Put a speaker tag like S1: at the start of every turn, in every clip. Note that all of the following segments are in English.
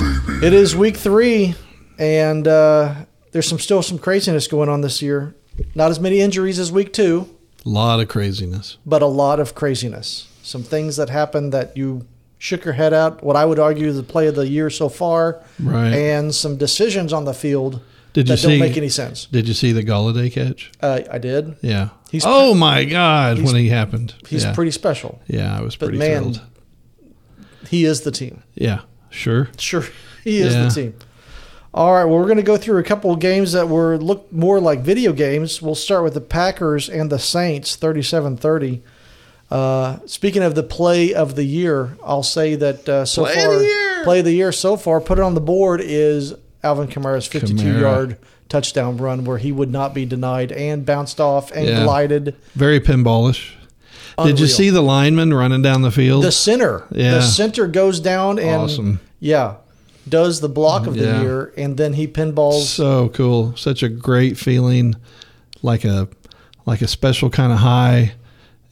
S1: it is week three, and uh, there's some still some craziness going on this year. Not as many injuries as week two,
S2: A lot of craziness.
S1: but a lot of craziness. Some things that happened that you shook your head at. What I would argue the play of the year so far,
S2: Right.
S1: and some decisions on the field
S2: Did you
S1: that don't
S2: see-
S1: make any sense.
S2: Did you see the Galladay catch?
S1: Uh, I did.
S2: Yeah.
S1: He's-
S2: oh my God! When he happened,
S1: He's
S2: yeah.
S1: pretty special.
S2: Yeah, I was
S1: But
S2: pretty
S1: man-
S2: thrilled.
S1: He is the team.
S2: Yeah, sure.
S1: Sure, he is
S2: Yeah.
S1: the team. All right, well, we're going to go through a couple of games that were look more like video games. We'll start with the Packers and the Saints, 37-30. Uh, speaking of the play of the year, I'll say that uh, so
S2: Play of
S1: far,
S2: the year!
S1: play of the year so far, put it on the board is Alvin Kamara's 52-yard touchdown run where he would not be denied and bounced off and
S2: Yeah.
S1: glided.
S2: Very pinballish. Did
S1: Unreal.
S2: you see the lineman running down the field?
S1: the center?
S2: Yeah.
S1: The center goes down and
S2: Awesome.
S1: yeah, does the block of the
S2: Yeah.
S1: year and then he pinballs
S2: So cool. Such a great feeling, like a like a special kind of high,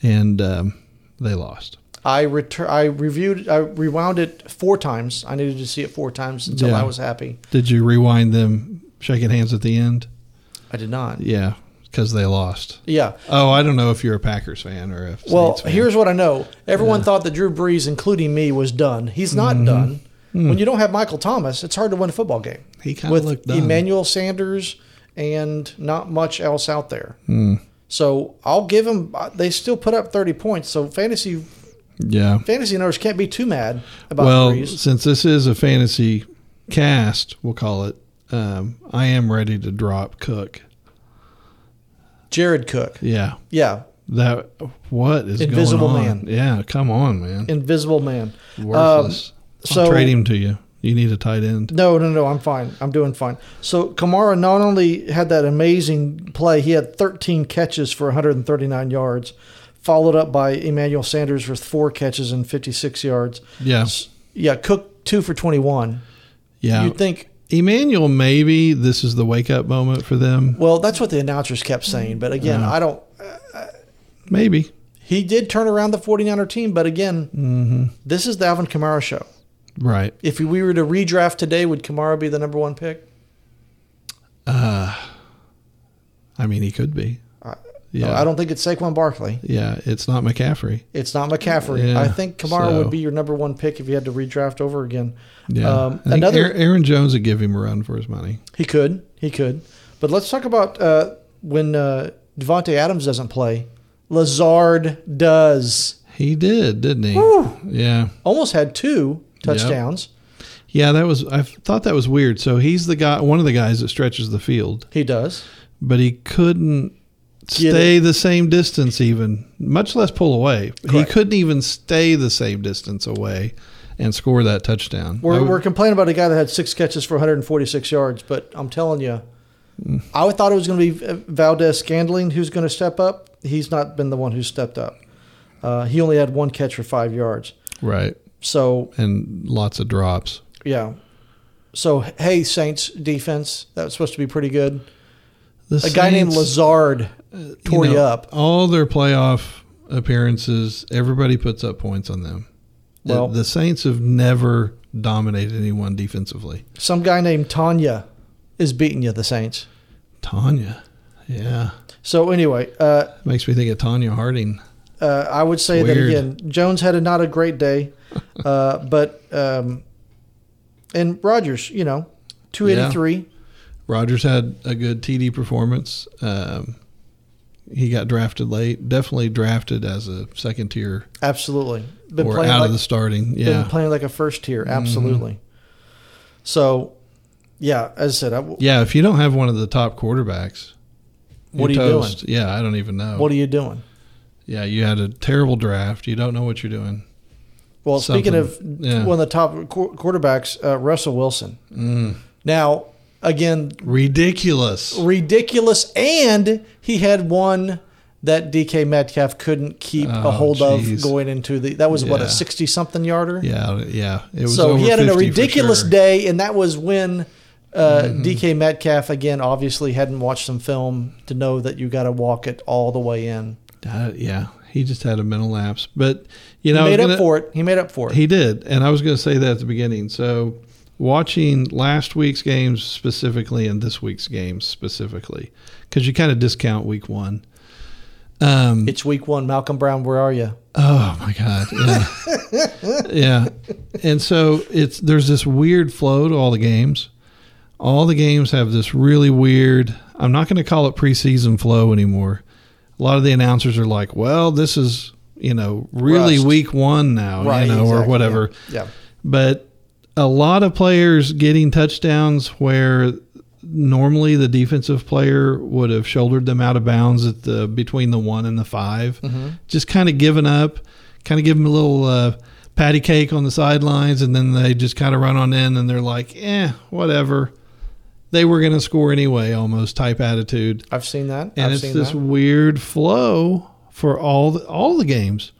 S2: and um, they lost.
S1: I retur- I reviewed I rewound it four times. I needed to see it four times until
S2: Yeah.
S1: I was happy.
S2: Did you rewind them shaking hands at the end?
S1: I did not.
S2: Yeah, because they lost.
S1: Yeah.
S2: Oh, I don't know if you're a Packers fan or a Saints
S1: Well,
S2: fan.
S1: here's what I know. Everyone thought that Drew Brees, including me, was done. He's not
S2: Mm-hmm.
S1: done. When you don't have Michael Thomas, it's hard to win a football game.
S2: Mm. he kind of
S1: With
S2: looked done.
S1: Emmanuel Sanders and not much else out there.
S2: Mm.
S1: So I'll give them. They still put up 30 points. So fantasy
S2: yeah.
S1: fantasy owners can't be too mad about
S2: well,
S1: Brees.
S2: since this is a fantasy cast, we'll call it. Um, I am ready to drop Cook.
S1: Jared Cook.
S2: Yeah,
S1: Yeah.
S2: that what is
S1: Invisible
S2: going
S1: Man.
S2: on? Yeah, come on, man,
S1: Invisible man.
S2: worthless.
S1: so-
S2: I'll trade him to you. You need a tight end.
S1: No, no, no. I'm fine. I'm doing fine. So Kamara not only had that amazing play, he had 13 catches for 139 yards, followed up by Emmanuel Sanders with four catches and 56 yards.
S2: Yeah,
S1: S- Yeah, Cook two for 21.
S2: yeah.
S1: You'd think,
S2: Emmanuel, maybe this is the wake up moment for them.
S1: well, that's what the announcers kept saying. But again,
S2: Yeah.
S1: I don't.
S2: Maybe.
S1: He did turn around the 49er team, but again,
S2: Mm-hmm.
S1: this is the Alvin Kamara show.
S2: Right.
S1: If we were to redraft today, would Kamara be the number one pick?
S2: I mean, he could be.
S1: No,
S2: Yeah.
S1: I don't think it's Saquon Barkley.
S2: Yeah, it's not McCaffrey.
S1: It's not McCaffrey.
S2: Yeah,
S1: I think Kamara
S2: so-
S1: would be your number one pick if you had to redraft over again.
S2: Yeah.
S1: Um,
S2: I think
S1: another-
S2: Aaron, Aaron Jones would give him a run for his money.
S1: He could. He could. But let's talk about uh, when uh, Devontae Adams doesn't play. Lazard does.
S2: He did, didn't he? Yeah.
S1: Almost had two touchdowns.
S2: Yeah, that was I thought that was weird. So he's the guy one of the guys that stretches the field,
S1: He does.
S2: but he couldn't
S1: it.
S2: stay the same distance even, much less pull away. He
S1: Correct.
S2: couldn't even stay the same distance away and score that touchdown. I
S1: We're,
S2: would-
S1: we're complaining about a guy that had six catches for 146 yards, but I'm telling you, I thought it was going to be uh, Valdez Scandling who's going to step up. He's not been the one who stepped up. Uh, he only had one catch for five yards.
S2: right.
S1: So
S2: And lots of drops.
S1: Yeah. So hey, Saints defense that was supposed to be pretty good.
S2: The
S1: A guy named
S2: Saints, uh,
S1: Lazard
S2: you
S1: tore you
S2: know,
S1: up.
S2: All their playoff appearances, everybody puts up points on them. The-
S1: Well-
S2: the Saints have never dominated anyone defensively.
S1: Some guy named Tanya is beating you, the Saints.
S2: Tanya. Yeah.
S1: So anyway, uh,
S2: Makes me think of Tanya Harding.
S1: uh, I would say that
S2: Weird.
S1: again. Jones had a, not a great day, uh, but um, and Rogers, you know, two eighty three.
S2: Rogers had a good TD performance. Um, he got drafted late, definitely drafted as a second tier
S1: Absolutely, been
S2: or
S1: playing
S2: out
S1: like,
S2: of the starting.
S1: been
S2: Yeah, Mm-hmm.
S1: playing like a first tier. Absolutely. So, yeah, as I said, I, what
S2: yeah. If you don't have one of the top quarterbacks,
S1: What
S2: you're
S1: are you doing?
S2: toast. Yeah, I don't even know.
S1: are you doing?
S2: yeah, you had a terrible draft. You don't know what you're doing.
S1: Well, speaking of
S2: Something. Yeah.
S1: one of the top qu- quarterbacks, uh, Russell Wilson.
S2: Mm.
S1: Now, again,
S2: Ridiculous.
S1: ridiculous, and he had one that DK Metcalf couldn't keep
S2: Oh,
S1: a hold
S2: geez.
S1: of going into the. That was what
S2: Yeah.
S1: a sixty-something yarder.
S2: Yeah, yeah. It was
S1: So
S2: over
S1: he had a
S2: 50 for
S1: ridiculous
S2: sure. Mm-hmm.
S1: day, and that was when. Uh, DK Metcalf again obviously hadn't watched some film to know that you got to walk it all the way in.
S2: Uh, yeah, he just had a mental lapse, but you know,
S1: he
S2: I was
S1: made up
S2: gonna-
S1: for it. He made up for it.
S2: He did, and I was going to say that at the beginning. So watching last week's games specifically and this week's games specifically because you kind of discount week one. Um,
S1: It's week one. Malcolm Brown, where are you?
S2: Oh my god. Yeah. yeah. And so it's there's this weird flow to all the games. All the games have this really weird I'm not going to call it preseason flow anymore. A lot of the announcers are like, "Well, this is, you know, really
S1: Rust.
S2: week 1 now, you know,
S1: exactly,
S2: or whatever."
S1: Yeah.
S2: But a lot of players getting touchdowns where normally the defensive player would have shouldered them out of bounds at the between the 1 and the 5
S1: yeah. hmm
S2: just kind of giving up, kind of give them a little uh, patty cake on the sidelines, and then they just kind of run on in and they're like, eh, whatever. They were going to score anyway, almost type attitude.
S1: I've seen that.
S2: And
S1: I've
S2: it's
S1: seen
S2: this
S1: that.
S2: weird flow for all the, all the games,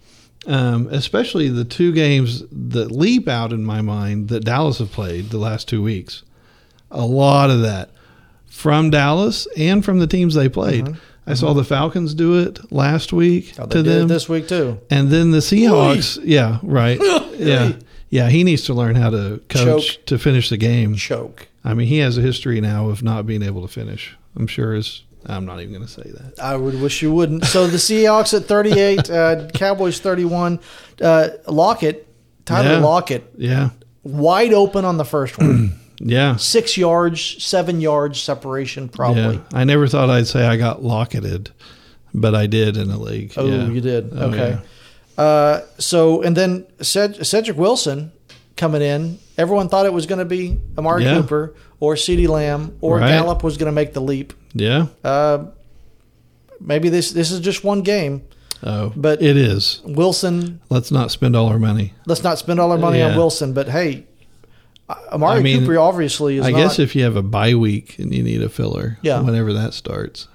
S2: um, especially the two games that leap out in my mind that Dallas have played the last two weeks. A lot of that from Dallas and from the teams they played.
S1: Mhm.
S2: I saw the Falcons do it last week
S1: Oh, they
S2: to
S1: did it
S2: them.
S1: this week too.
S2: And then the Seahawks, yeah, right, yeah, yeah. He needs to learn how to coach to finish the game.
S1: Choke.
S2: I mean, he has a history now of not being able to finish. I'm sure is. I'm not even going to say that.
S1: I would wish you wouldn't. So the Seahawks at 38, uh, Cowboys 31. Uh, Lockett, Tyler
S2: Yeah.
S1: Lockett,
S2: Yeah,
S1: wide open on the first one.
S2: yeah,
S1: Six yards, seven yards separation, probably.
S2: yeah. I never thought I'd say I got locketed, but I did in the league.
S1: Oh,
S2: yeah.
S1: you did.
S2: Oh,
S1: okay. Uh, so, and then Ced- Cedric Wilson coming in. Everyone thought it was going to be Amari
S2: Yeah.
S1: Cooper or CeeDee Lamb or
S2: Right.
S1: Gallup was going to make the leap.
S2: Yeah.
S1: Uh, maybe this this is just one game.
S2: Oh,
S1: But-
S2: but it is.
S1: Wilson,
S2: Let's not spend all our money.
S1: let's not spend all our money on
S2: Yeah.
S1: Wilson, but hey, Amari
S2: I mean,
S1: Cooper obviously is
S2: I
S1: not.
S2: guess if you have a bye week and you need a filler,
S1: Yeah.
S2: whenever that starts.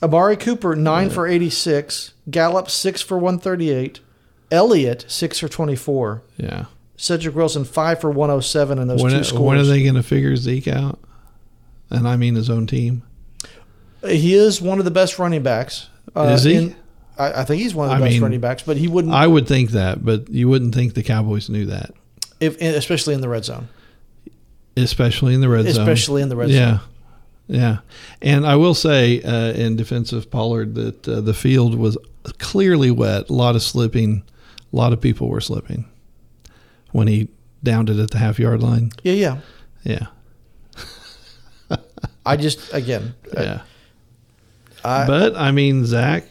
S1: Amari Cooper, 9 for 86. Gallup, 6 for 138. Elliott, 6 for 24.
S2: Yeah.
S1: Cedric Wilson, 5 for 107 in those
S2: when,
S1: two scores.
S2: when are they going to figure Zeke out? And I mean his own team.
S1: He is one of the best running backs.
S2: Is he?
S1: Uh, in- I, I think he's one of the
S2: I
S1: best
S2: mean,
S1: running backs, but he wouldn't,
S2: I would think that, but you wouldn't think the Cowboys knew that,
S1: if, especially in the red zone.
S2: especially in the red zone.
S1: Especially in the red zone.
S2: yeah, yeah. And I will say, uh, in defense of Pollard, that uh, the field was clearly wet. A lot of slipping. A lot of people were slipping when he downed it at the half yard line.
S1: Yeah, yeah.
S2: Yeah,
S1: I just, again, Uh,
S2: yeah.
S1: I,
S2: but I mean, Zach,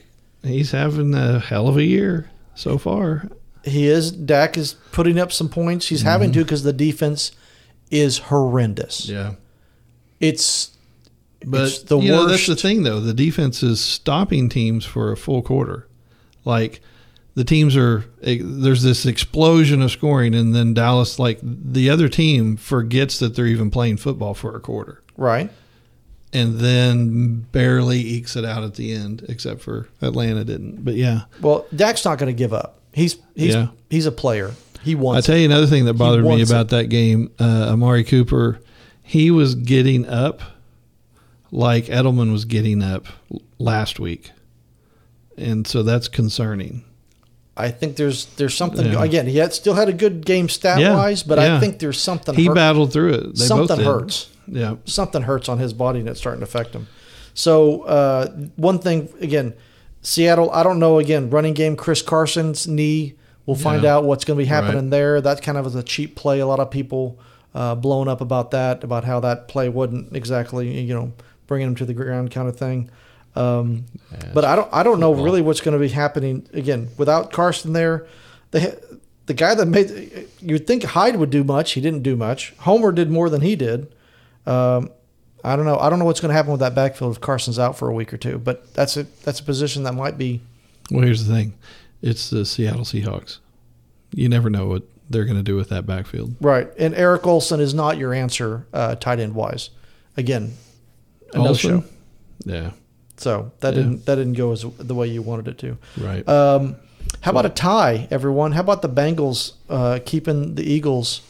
S2: he's having a hell of a year so far.
S1: He is. Dak is putting up some points. He's having to because the defense is horrendous.
S2: Mm-hmm. Yeah.
S1: It's
S2: But
S1: It's the
S2: you know, that's the
S1: worst.
S2: thing, though. The defense is stopping teams for a full quarter. Like the teams are, eh, there's this explosion of scoring, and then Dallas, like the other team, forgets that they're even playing football for a quarter,
S1: right.
S2: and then barely ekes it out at the end. Except for Atlanta didn't. But yeah,
S1: Well, Dak's not going to give up. He's he's
S2: Yeah.
S1: he's a player. He
S2: I
S1: wants.
S2: tell you another thing that bothered me
S1: wants
S2: about that game. Uh, Amari Cooper, he was getting up like Edelman was getting up l- last week, and so that's concerning.
S1: I think there's there's something
S2: Yeah.
S1: again. He had, still had a good game stat
S2: Yeah,
S1: wise, but I
S2: yeah.
S1: think there's something.
S2: He
S1: hurt-
S2: battled through it. They both
S1: something
S2: did.
S1: hurts.
S2: Yeah,
S1: Something hurts on his body, and it's starting to affect him. So uh, one thing again, Seattle. I don't know. Again, running game. Chris Carson's knee. We'll find
S2: Yeah.
S1: out what's going to be happening
S2: Right.
S1: there. That kind of is a cheap play. A lot of people uh, blowing up about that, about how that play wouldn't exactly, you know, bringing him to the ground kind of thing. Um, but I don't, I don't know
S2: football.
S1: really what's going to be happening again without Carson there. The the guy that made you'd think Hyde would do much. He didn't do much. Homer did more than he did. Um, I don't know. I don't know what's going to happen with that backfield if Carson's out for a week or two. But that's a that's a position that might be
S2: Well, here's the thing: it's the Seattle Seahawks. You never know what they're going to do with that backfield.
S1: Right. And Eric Olson is not your answer, uh, tight end wise. Again, a no
S2: Olsen?
S1: show.
S2: Yeah.
S1: So that
S2: Yeah.
S1: didn't that didn't go as the way you wanted it to.
S2: Right.
S1: Um, how about a tie, everyone? How about the Bengals uh, keeping the Eagles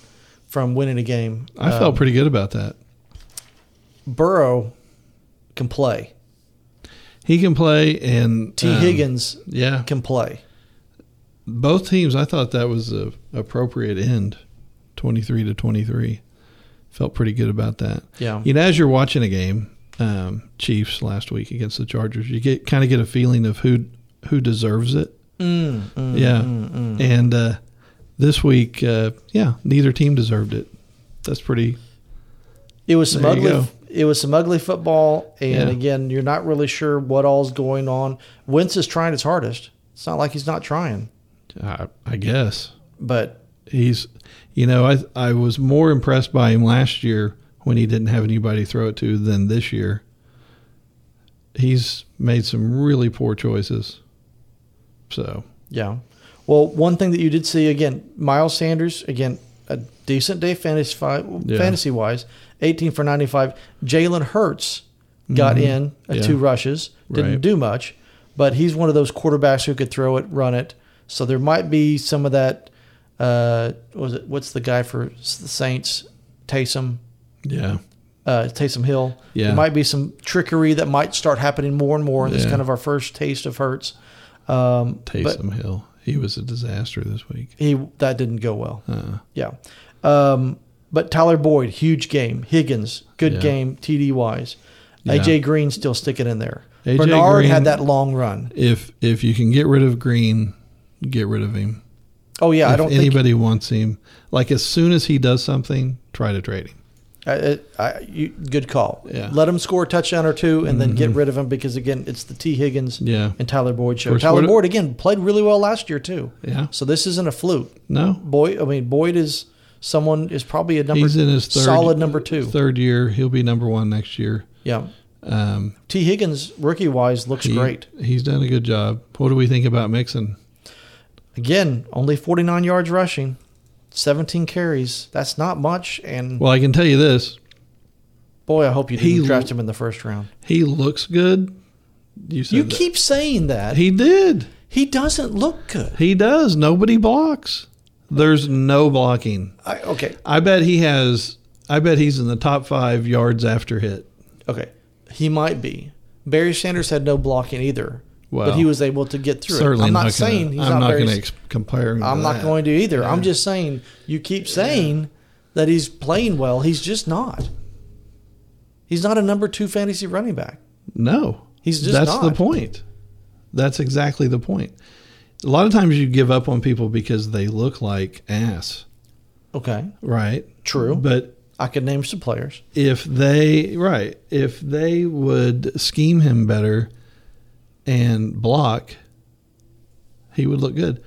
S1: from winning a game?
S2: I
S1: Um,
S2: felt pretty good about that.
S1: Burrow can play.
S2: He can play, and
S1: T.
S2: um,
S1: Higgins
S2: Yeah.
S1: can play.
S2: both teams i thought that was a appropriate end 23 to 23 Felt pretty good about that.
S1: Yeah.
S2: You know, as you're watching a game, um, Chiefs last week against the Chargers, you get kind of get a feeling of who who deserves it.
S1: Mm, mm,
S2: yeah.
S1: mm, mm.
S2: And uh, this week, uh, yeah, neither team deserved it. That's pretty.
S1: It was some
S2: There you
S1: ugly.
S2: go.
S1: It was some ugly football, and
S2: Yeah.
S1: again, you're not really sure what all's going on. Wentz is trying his hardest. It's not like he's not trying,
S2: I, I guess
S1: but
S2: he's. You know, I I was more impressed by him last year when he didn't have anybody to throw it to than this year. He's made some really poor choices. So
S1: yeah. Well, one thing that you did see again, Miles Sanders again, a decent day fantasy
S2: Yeah.
S1: fantasy wise, eighteen for ninety five. Jalen Hurts got
S2: Mhm.
S1: in uh,
S2: Yeah.
S1: two rushes, didn't
S2: Right.
S1: do much, but he's one of those quarterbacks who could throw it, run it. So there might be some of that. Uh, what was it? What's the guy for s- the Saints? Taysom.
S2: yeah,
S1: uh, Taysom Hill.
S2: Yeah.
S1: There might be some trickery that might start happening more and more. That's
S2: Yeah.
S1: kind of our first taste of Hurts. Um, But
S2: Taysom Hill, he was a disaster this week.
S1: he that didn't go well.
S2: Uh,
S1: Yeah. Um, but Tyler Boyd, huge game. Higgins, good
S2: Yeah.
S1: game. TD wise. AJ Green still sticking in there.
S2: AJ
S1: Bernard
S2: Green-
S1: had that long run.
S2: if if you can get rid of Green, get rid of him.
S1: Oh yeah,
S2: if
S1: I don't think
S2: anybody wants him, like as soon as he does something, try to trade him.
S1: I, I, I, you, good call.
S2: Yeah. Mm-hmm.
S1: Let him score a touchdown or two, and then get rid of him because again, it's the T Higgins
S2: Yeah,
S1: and Tyler Boyd show.
S2: course,
S1: Tyler
S2: what-
S1: Boyd again played really well last year too.
S2: yeah.
S1: So this isn't a fluke.
S2: No,
S1: Boyd, I mean Boyd is someone is probably a number
S2: he's in his third
S1: solid number two.
S2: Third year, he'll be number one next year.
S1: Yeah,
S2: Um,
S1: T Higgins rookie wise looks
S2: he-
S1: great.
S2: He's done a good job. What do we think about Mixon?
S1: Again, only 49 yards rushing, 17 carries. That's not much. And
S2: Well, I can tell you this:
S1: boy, I hope you
S2: he
S1: didn't draft
S2: l-
S1: him in the first round.
S2: he looks good. You said
S1: You
S2: that.
S1: keep saying that
S2: he did.
S1: he doesn't look good.
S2: He does. Nobody blocks. There's no blocking.
S1: I, okay,
S2: I bet he has. I bet he's in the top five yards after hit.
S1: okay, he might be. Barry Sanders had no blocking either,
S2: Well,
S1: but he was able to get through.
S2: Certainly
S1: it. I'm not,
S2: gonna-
S1: saying he's
S2: I'm
S1: not, Barry
S2: going to ex- compare. Him
S1: I'm
S2: to
S1: not
S2: that.
S1: going to either. I'm
S2: Yeah.
S1: just saying you keep saying that he's playing well. He's just not. He's not a number two fantasy running back.
S2: No,
S1: He's just
S2: that's
S1: not.
S2: the point. That's exactly the point. A lot of times you give up on people because they look like ass,
S1: Okay,
S2: right?
S1: True.
S2: But
S1: I could name some players.
S2: if they right, if they would scheme him better and block, he would look good.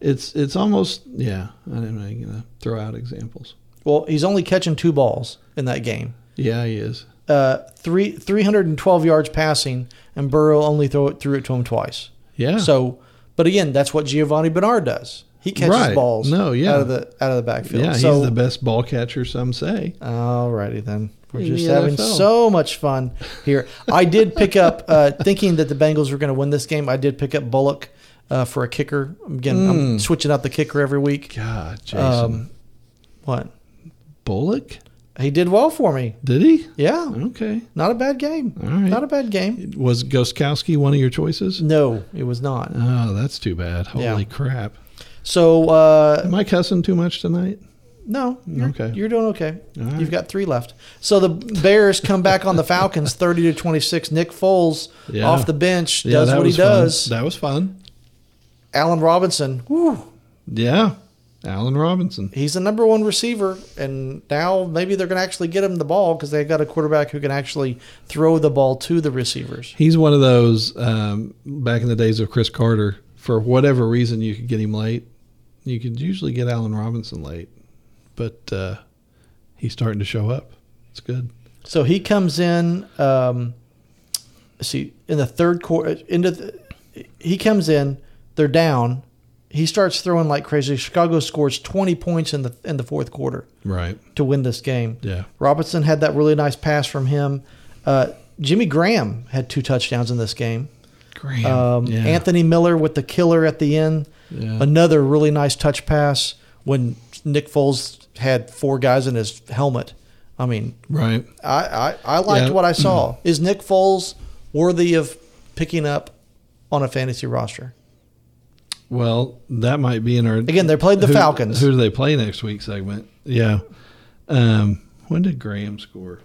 S2: It's it's almost yeah. I am not gonna uh, throw out examples.
S1: Well, he's only catching two balls in that game.
S2: Yeah, he is.
S1: Uh, three 312 yards passing, and Burrow only throw it threw it to him twice.
S2: Yeah.
S1: So, but again, that's what Giovanni Bernard does. He catches
S2: Right.
S1: balls
S2: No, yeah.
S1: out of the out of the backfield.
S2: yeah,
S1: so,
S2: he's the best ball catcher. Some say.
S1: Alrighty then. We're
S2: In
S1: just
S2: the
S1: having
S2: NFL.
S1: so much fun here. I did pick up, uh, thinking that the Bengals were going to win this game. I did pick up Bullock uh, for a kicker. Again, I'm
S2: Mm.
S1: switching out the kicker every week.
S2: God, Jason
S1: Um, What?
S2: Bullock.
S1: He did well for me.
S2: Did he?
S1: Yeah.
S2: Okay.
S1: Not a bad game.
S2: Mm. All right.
S1: Not a bad game.
S2: was Goskowski one of your choices?
S1: No, it was not.
S2: Oh, that's too bad. Holy
S1: Mm. Yeah.
S2: crap.
S1: So, uh,
S2: Am I cussing too much tonight?
S1: no. You're,
S2: Okay.
S1: You're doing okay.
S2: All right.
S1: You've got three left. So the Bears come back on the Falcons 30 to 26. Nick Foles
S2: Yeah.
S1: off the bench
S2: Yeah,
S1: does
S2: that
S1: what he
S2: was fun.
S1: does.
S2: That was fun.
S1: Allen Robinson. Whew.
S2: Yeah. Allen Robinson.
S1: he's the number one receiver, and now maybe they're going to actually get him the ball because they've got a quarterback who can actually throw the ball to the receivers.
S2: He's one of those um, back in the days of Chris Carter. For whatever reason, you could get him late. You could usually get Allen Robinson late, but uh, he's starting to show up. It's good.
S1: So he comes in. Um, let's see, in the third quarter, into the, he comes in. They're down. He starts throwing like crazy. Chicago scores twenty points in the in the fourth quarter
S2: Right.
S1: to win this game.
S2: Yeah.
S1: Robinson had that really nice pass from him. Uh, Jimmy Graham had two touchdowns in this game.
S2: Graham.
S1: Um,
S2: yeah.
S1: Anthony Miller with the killer at the end.
S2: Yeah.
S1: Another really nice touch pass when Nick Foles had four guys in his helmet. I mean,
S2: Right.
S1: I, I, I liked
S2: Yeah. Mm-hmm.
S1: what I saw. Is Nick Foles worthy of picking up on a fantasy roster?
S2: Well, that might be in our
S1: Again, they played the
S2: Who-
S1: Falcons.
S2: Who do they play next week? Segment. Yeah. Um, When did Graham score?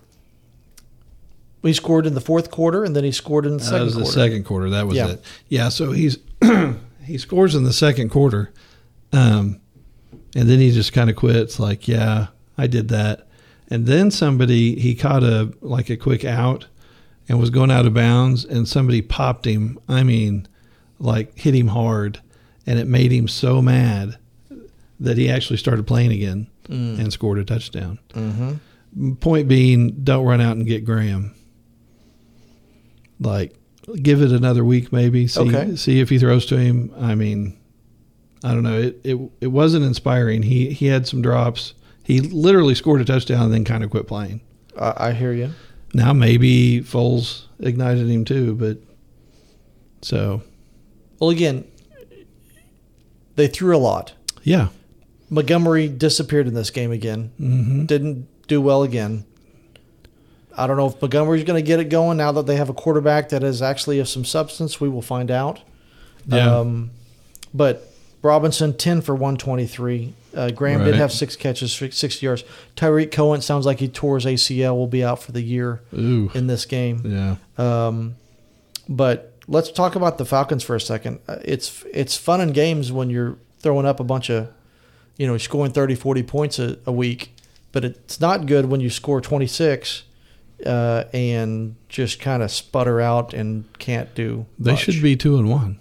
S1: He scored in the fourth quarter, and then he scored in the
S2: that
S1: second
S2: was
S1: quarter.
S2: the second quarter. That was
S1: Yeah.
S2: it. Yeah. So he's he scores in the second quarter, um, and then he just kind of quits. Like, yeah, I did that. And then somebody he caught a like a quick out, and was going out of bounds, and somebody popped him. I mean, like hit him hard, and it made him so mad that he actually started playing again
S1: Mm.
S2: and scored a touchdown. Mm-hmm. Point being, don't run out and get Graham. Like, give it another week, maybe. See,
S1: Okay.
S2: see if he throws to him. I mean, I don't know. It, it it wasn't inspiring. He he had some drops. He literally scored a touchdown and then kind of quit playing.
S1: I, I hear you.
S2: Now maybe Foles ignited him too, but so
S1: Well, again, they threw a lot.
S2: yeah,
S1: Montgomery disappeared in this game again.
S2: Mhm.
S1: Didn't do well again. I don't know if Montgomery's going to get it going now that they have a quarterback that is actually of some substance. We will find out.
S2: yeah.
S1: Um, but Robinson, 10 for 123. Uh, Graham did
S2: Right.
S1: have six catches, six- 60 yards. Tyreek Cohen sounds like he tore his ACL, will be out for the year
S2: Ooh,
S1: in this game.
S2: yeah.
S1: Um, but let's talk about the Falcons for a second. Uh, It's it's fun in games when you're throwing up a bunch of, you know, scoring 30, 40 points a, a week, but it's not good when you score 26 uh, and just kind of sputter out and can't do.
S2: They
S1: much.
S2: should be two and one.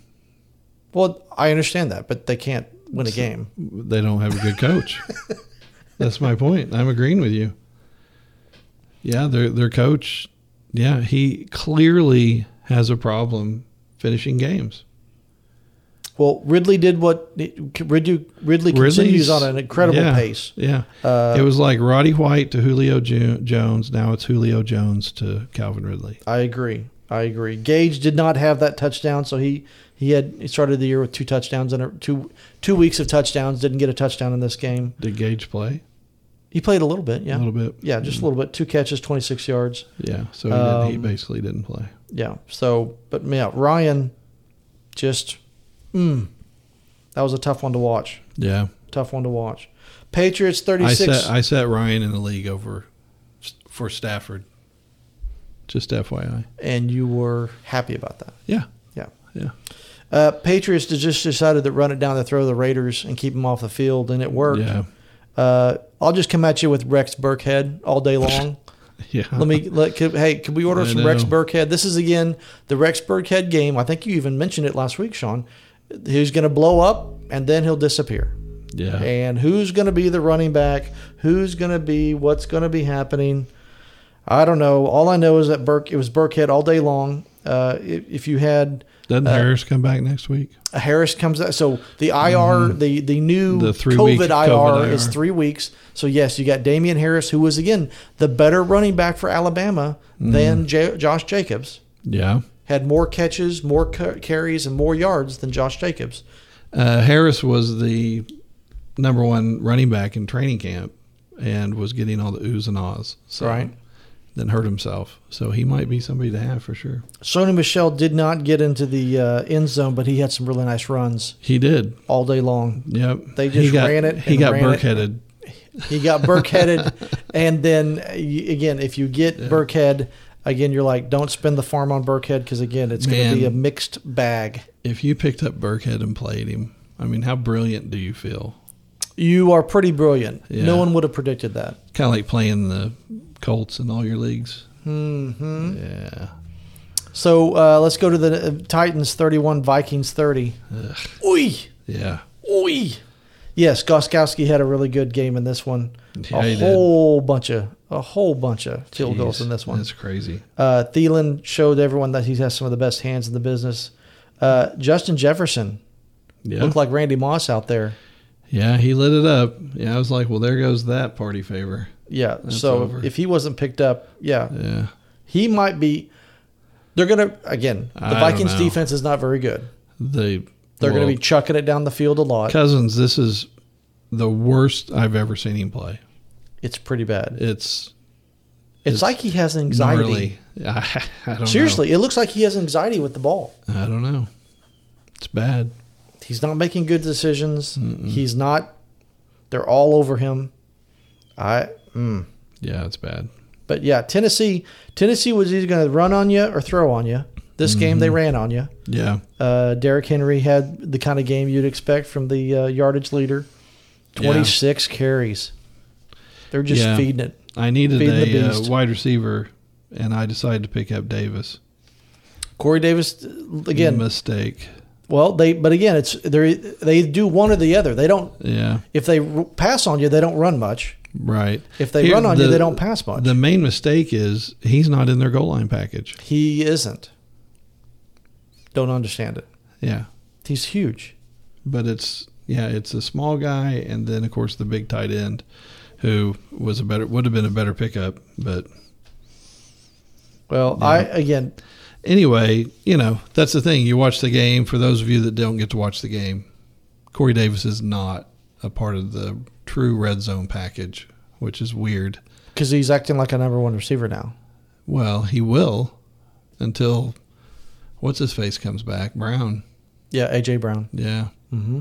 S1: Well, I understand that, but they can't win a game.
S2: They don't have a good coach. That's my point. I'm agreeing with you. Yeah, their their coach. Yeah, he clearly has a problem finishing games.
S1: Well, Ridley did what Ridley, Ridley continues
S2: Ridley's-
S1: on an incredible
S2: yeah,
S1: pace.
S2: Yeah,
S1: Uh,
S2: it was like Roddy White to Julio Ju- Jones. Now it's Julio Jones to Calvin Ridley.
S1: I agree. I agree. Gage did not have that touchdown, so he he had he started the year with two touchdowns and a, two two weeks of touchdowns. Didn't get a touchdown in this game.
S2: Did Gage play
S1: He played a little bit, yeah,
S2: a little bit?
S1: yeah, just a little bit. Two catches, twenty six yards,
S2: Yeah, so he, didn't, he
S1: Um,
S2: basically didn't play.
S1: yeah. So, but yeah, Ryan, just, mm, that was a tough one to watch.
S2: Yeah,
S1: Tough one to watch. Patriots thirty
S2: I
S1: six.
S2: set I set Ryan in the league over for Stafford. Just FYI.
S1: and you were happy about that.
S2: Yeah.
S1: Yeah.
S2: Yeah.
S1: Uh, Patriots just decided to run it down the throw of the Raiders and keep them off the field, and it worked.
S2: Yeah.
S1: Uh, I'll just come at you with Rex Burkhead all day long.
S2: Yeah.
S1: let me let. Could, hey, can we order
S2: I
S1: some Rex
S2: know.
S1: Burkhead? This is again the Rex Burkhead game. I think you even mentioned it last week, Sean. He's going to blow up and then he'll disappear.
S2: Yeah.
S1: And who's going to be the running back? Who's going to be what's going to be happening? I don't know. All I know is that Burke it was Burkhead all day long. Uh, if, if you had
S2: Doesn't
S1: uh,
S2: Harris come back next week?
S1: Harris comes out, so the IR, the the new
S2: Mm-hmm. The three
S1: COVID,
S2: week
S1: IR
S2: COVID
S1: is
S2: IR.
S1: three weeks. So yes, you got Damian Harris, who was again the better running back for Alabama
S2: Mm-hmm.
S1: than J- Josh Jacobs.
S2: Yeah.
S1: Had more catches, more ca- carries, and more yards than Josh Jacobs.
S2: Uh, Harris was the number one running back in training camp and was getting all the oohs and ahs. So,
S1: Right.
S2: Then hurt himself. So he might be somebody to have for sure.
S1: Sony Michelle did not get into the uh, end zone, but he had some really nice runs
S2: He did.
S1: all day long.
S2: Yep.
S1: They just
S2: he got,
S1: ran it
S2: He
S1: and
S2: got
S1: ran it.
S2: Burkheaded.
S1: He got Burkheaded, and then uh, you- again, if you get Burkhead. Again, you're like, don't spend the farm on Burkhead because again, it's going to
S2: Man.
S1: be a mixed bag.
S2: If you picked up Burkhead and played him, I mean, how brilliant do you feel?
S1: You are pretty brilliant.
S2: Yeah.
S1: No one would have predicted that.
S2: Kind of like playing the Colts in all your leagues.
S1: hmm
S2: Yeah.
S1: So uh, let's go to the uh, Titans 31, Vikings 30.
S2: Ugh.
S1: Oi,
S2: Yeah.
S1: oi. Yes, Goskowski had a really good game in this one.
S2: Yeah,
S1: a
S2: he did.
S1: whole bunch of a whole bunch of field goals
S2: Jeez,
S1: in this one.
S2: That's crazy.
S1: Uh, Thielen showed everyone that he has some of the best hands in the business. Uh, Justin Jefferson
S2: Yeah.
S1: looked like Randy Moss out there.
S2: Yeah, he lit it up. Yeah, I was like, well, there goes that party favor.
S1: Yeah.
S2: That's
S1: so
S2: over.
S1: if he wasn't picked up, yeah,
S2: Yeah,
S1: he might be. They're gonna again. The
S2: I don't
S1: Vikings
S2: know.
S1: defense is not very good.
S2: the
S1: They're going
S2: well,
S1: to be chucking it down the field a lot.
S2: cousins. This is the worst I've ever seen him play.
S1: It's pretty bad.
S2: It's
S1: It's,
S2: it's
S1: like he has anxiety.
S2: gnarly. I, I don't
S1: Seriously, it looks like he has anxiety with the ball.
S2: Know. I don't know. It's bad.
S1: He's not making good decisions. He's not. They're all over him. I. Mm,
S2: Yeah, it's bad.
S1: But yeah, Tennessee Tennessee was either going to run on you or throw on you. This game
S2: Mm-hmm.
S1: they ran on you.
S2: Yeah.
S1: Uh, Derrick Henry had the kind of game you'd expect from the uh, yardage leader.
S2: Yeah.
S1: Twenty six carries. They're just
S2: Yeah.
S1: feeding it.
S2: I needed
S1: Feeding the
S2: a uh,
S1: beast.
S2: wide receiver, and I decided to pick up Davis.
S1: Corey Davis uh, again.
S2: mistake.
S1: Well, they but again, it's they they do one or the other. They don't
S2: Yeah,
S1: if they r- pass on you, they don't run much.
S2: right.
S1: If they
S2: Here,
S1: run on you,
S2: the-
S1: they don't pass much.
S2: The main mistake is he's not in their goal line package.
S1: he isn't. Don't understand it.
S2: Yeah,
S1: He's huge.
S2: but it's yeah, it's a small guy, and then of course the big tight end, who was a better would have been a better pickup. But
S1: Well, I again,
S2: anyway, you know that's the thing. You watch the game. For those of you that don't get to watch the game, Corey Davis is not a part of the true red zone package, which is weird.
S1: because he's acting like a number one receiver now.
S2: Well, he will until what's his face comes back. Brown.
S1: Yeah, AJ Brown.
S2: Yeah.
S1: Mm-hmm.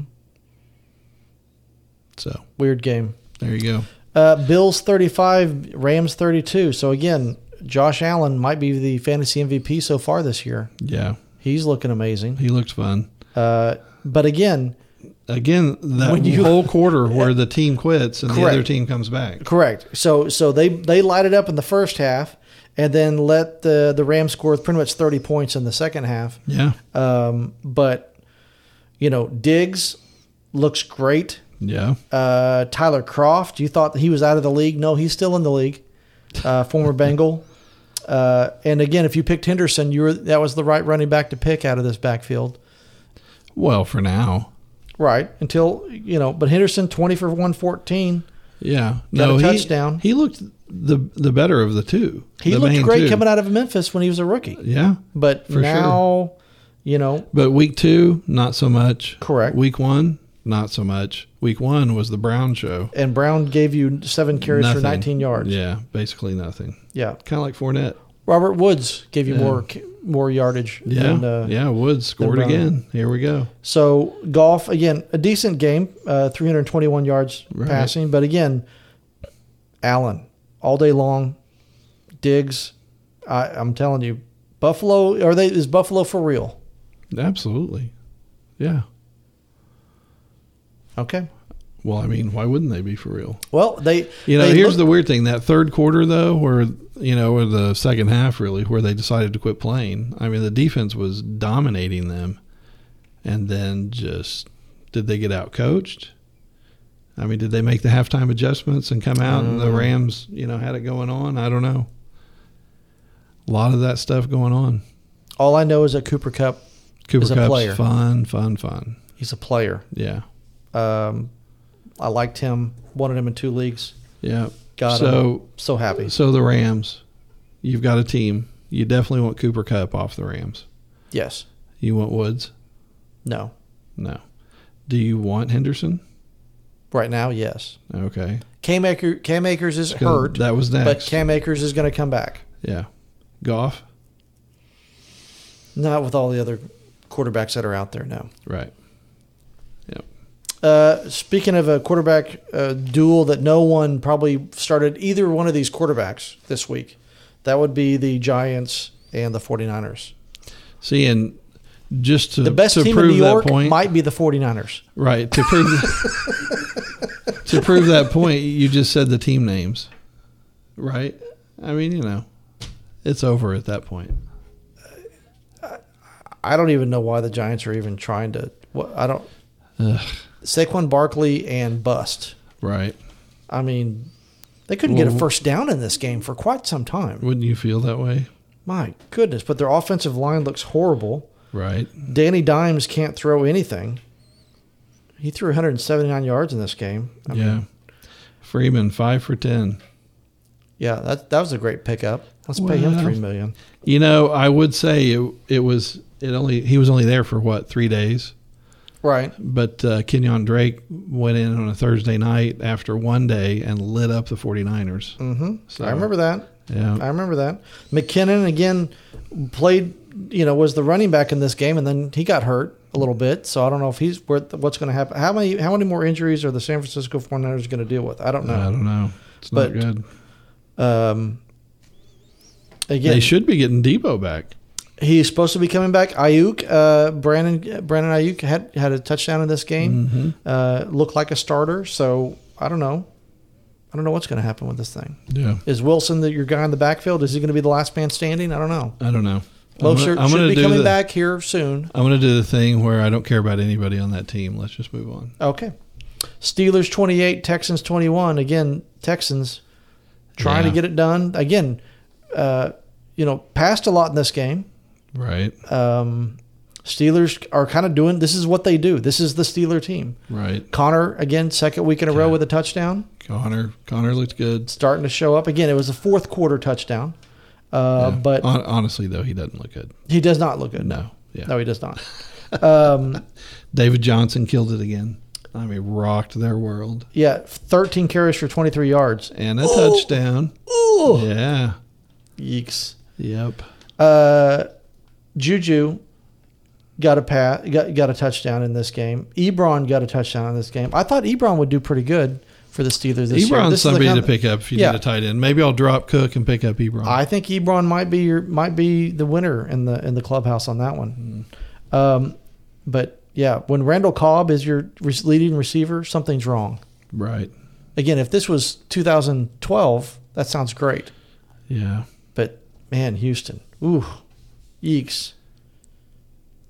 S2: So
S1: Weird game.
S2: there you go.
S1: Uh, Bills thirty five, Rams thirty two. So again, Josh Allen might be the fantasy MVP so far this year.
S2: Yeah.
S1: He's looking amazing.
S2: He looked fun.
S1: Uh, but again,
S2: Again, that
S1: When you-
S2: whole quarter where the team quits and the
S1: Correct.
S2: other team comes back.
S1: Correct. So so they they light it up in the first half, and then let the the Rams score pretty much thirty points in the second half.
S2: Yeah.
S1: Um, but you know Diggs looks great.
S2: Yeah.
S1: Uh, Tyler Croft, you thought that he was out of the league. No, he's still in the league. Uh, former Bengal. Uh, and again, if you picked Henderson, you were that was the right running back to pick out of this backfield,
S2: Well, for now.
S1: right? Until you know, but Henderson twenty for one fourteen.
S2: Yeah.
S1: Got a
S2: he-
S1: touchdown.
S2: He, looked the the better of the two.
S1: He
S2: the
S1: looked
S2: main
S1: great
S2: two.
S1: coming out of Memphis when he was a rookie.
S2: Yeah.
S1: But
S2: For
S1: now, you know,
S2: But week two, not so much.
S1: Correct.
S2: Week one, not so much. Week one was the Brown show.
S1: and Brown gave you seven carries for
S2: Nothing.
S1: 19 yards. Yeah.
S2: Yeah, basically nothing. Kind of like Fournette.
S1: Robert Woods gave you
S2: Yeah.
S1: more more yardage.
S2: Yeah,
S1: than, uh,
S2: yeah. Woods scored
S1: Brown.
S2: again. Here we go.
S1: So golf again, a decent game, uh, 321 yards
S2: Right.
S1: passing, but again, Allen all day long, Diggs. I, I'm telling you, Buffalo are they? Is Buffalo for real?
S2: Absolutely. Yeah.
S1: Okay.
S2: Well, I mean, why wouldn't they be for real?
S1: Well, they.
S2: You know,
S1: they
S2: here's
S1: look-
S2: the weird thing: that third quarter, though, where you know, or the second half, really, where they decided to quit playing. I mean, the defense was dominating them, and then just did they get out coached? I mean, did they make the halftime adjustments and come out and the
S1: Mm.
S2: Rams, you know, had it going on? I don't know. A lot of that stuff going on.
S1: all I know is that Cooper Cup,
S2: Cooper
S1: He's a
S2: Cup's
S1: player.
S2: fun, fun, fun.
S1: he's a player.
S2: Yeah.
S1: Um, I liked him. Wanted him in two leagues.
S2: Yeah.
S1: Got him.
S2: so
S1: So happy.
S2: so the Rams, you've got a team. You definitely want Cooper Cup off the Rams.
S1: Yes.
S2: You want Woods?
S1: No.
S2: No. Do you want Henderson?
S1: Right now, yes.
S2: Okay.
S1: Cam, Aker, Cam Akers is
S2: Gonna-
S1: hurt,
S2: That was
S1: but
S2: next.
S1: Cam Akers is going to come back.
S2: yeah. Goff.
S1: Not with all the other quarterbacks that are out there now.
S2: Right.
S1: Uh, speaking of a quarterback uh, duel that no one probably started either one of these quarterbacks this week, that would be the Giants and the 49ers.
S2: See, and just to
S1: The best
S2: to
S1: team in
S2: prove
S1: New
S2: that
S1: York
S2: point,
S1: might be the 49ers.
S2: right? To prove to prove that point, you just said the team names, right? I mean, you know, it's over at that point.
S1: I don't even know why the Giants are even trying to. What, I don't.
S2: Ugh.
S1: Saquon Barkley and Bust.
S2: Right.
S1: I mean, they couldn't get a
S2: Well-
S1: first down in this game for quite some time.
S2: Wouldn't you feel that way?
S1: My goodness, but their offensive line looks horrible.
S2: Right.
S1: Danny Dimes can't throw anything. He threw 179 yards in this game. I mean,
S2: yeah. Freeman five for ten.
S1: yeah, that that was a great pickup. Let's pay him
S2: Well.
S1: three million.
S2: You know, I would say it, it was it only he was only there for what three days,
S1: Right.
S2: but uh, Kenyon Drake went in on a Thursday night after one day and lit up the 49ers.
S1: Mm-hmm.
S2: So-
S1: I remember that.
S2: Yeah,
S1: I remember that. McKinnon again played. You know, was the running back in this game, and then he got hurt a little bit. So I don't know if he's where- what's going to happen. How many how many more injuries are the San Francisco 49ers going to deal with? I don't know.
S2: I don't know. It's
S1: But-
S2: not good.
S1: Um,
S2: They
S1: again,
S2: should be getting Debo back.
S1: he's supposed to be coming back. Ayuk, uh, Brandon Brandon Ayuk had had a touchdown in this game.
S2: Mm-hmm.
S1: Uh, looked like a starter. So I don't know. I don't know what's going to happen with this thing.
S2: Yeah.
S1: Is Wilson the, your guy in the backfield? Is he going to be the last man standing? I don't know.
S2: I don't know.
S1: Love
S2: I'm
S1: should,
S2: gonna- I'm gonna
S1: should be
S2: do
S1: coming
S2: the-
S1: back here soon.
S2: I'm going to do the thing where I don't care about anybody on that team. Let's just move on.
S1: Okay. Steelers 28, Texans 21. Again, Texans trying
S2: Yeah.
S1: to get it done. Again, uh, you know, passed a lot in this game.
S2: Right.
S1: Um, Steelers are kind of doing this is what they do. This is the Steeler team.
S2: Right.
S1: Connor, again, second week in a row
S2: Yeah.
S1: with a touchdown.
S2: Connor. Connor looked good.
S1: Starting to show up. Again, it was a fourth quarter touchdown. Uh,
S2: Yeah.
S1: But
S2: Hon- honestly, though, he doesn't look good.
S1: he does not look good.
S2: No. Yeah.
S1: No, he does not. um,
S2: David Johnson killed it again. I mean, rocked their world
S1: Yeah, 13 carries for 23 yards.
S2: and a
S1: Oh.
S2: touchdown.
S1: Ooh.
S2: Yeah.
S1: Yeeks.
S2: Yep.
S1: Uh, Juju got a pat, got, got a touchdown in this game. Ebron got a touchdown in this game. I thought Ebron would do pretty good for the Steelers this year. This
S2: Ebron's
S1: is the
S2: somebody
S1: kind
S2: to
S1: of-
S2: pick up if you
S1: Yeah.
S2: need a tight end. Maybe I'll drop Cook and pick up Ebron.
S1: I think Ebron might be your might be the winner in the in the clubhouse on that one. Um, but yeah, when Randall Cobb is your re- leading receiver, something's wrong.
S2: right.
S1: Again, if this was 2012, that sounds great.
S2: Yeah.
S1: But man, Houston, ooh, yeeks.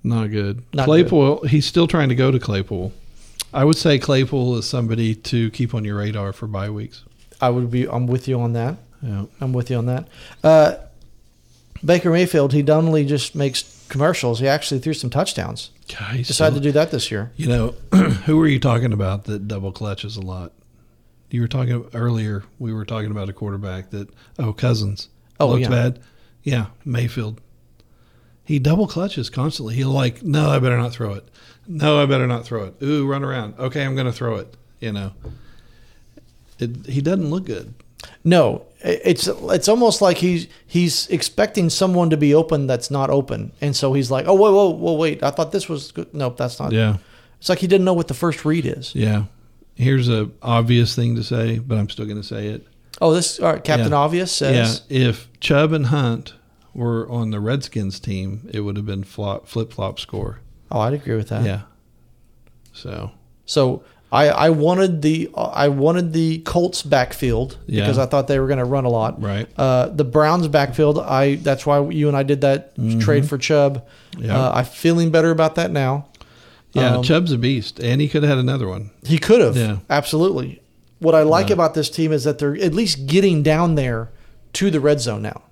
S2: Not good.
S1: Not
S2: Claypool, he's still trying to go to Claypool. I would say Claypool is somebody to keep on your radar for bye weeks.
S1: I would be. I'm with you on that.
S2: Yeah.
S1: I'm with you on that. Uh, Baker Mayfield, he not only just makes commercials, he actually threw some touchdowns.
S2: God, he's
S1: Decided
S2: still-
S1: to do that this year.
S2: You know, who were you talking about that double clutches a lot? You were talking earlier. We were talking about a quarterback that oh Cousins
S1: Oh,
S2: looked
S1: yeah.
S2: bad. Yeah, Mayfield. He double clutches constantly. He'll like, no, I better not throw it. No, I better not throw it. Ooh, run around. Okay, I'm going to throw it. You know, it, he doesn't look good.
S1: No, i- it's it's almost like he's he's expecting someone to be open that's not open, and so he's like, oh whoa whoa whoa wait, I thought this was good. Nope, that's not.
S2: Yeah,
S1: It's like he didn't know what the first read is.
S2: yeah. Here's a obvious thing to say, but I'm still going to say it.
S1: Oh, this all right, Captain
S2: Yeah.
S1: Obvious says.
S2: Yeah, if Chubb and Hunt were on the Redskins team, it would have been flop, flip flop score.
S1: Oh, I'd agree with that.
S2: Yeah. So
S1: So I, I wanted the I wanted the Colts backfield
S2: Yeah.
S1: because I thought they were going to run a lot.
S2: right.
S1: Uh, the Browns backfield, I that's why you and I did that trade for Chubb.
S2: Mm-hmm. Yeah.
S1: Uh, I'm feeling better about that now.
S2: Yeah,
S1: Um,
S2: Chubb's a beast, and he could have had another one.
S1: He could have,
S2: Yeah.
S1: absolutely. What I like
S2: Yeah.
S1: about this team is that they're at least getting down there to the red zone now.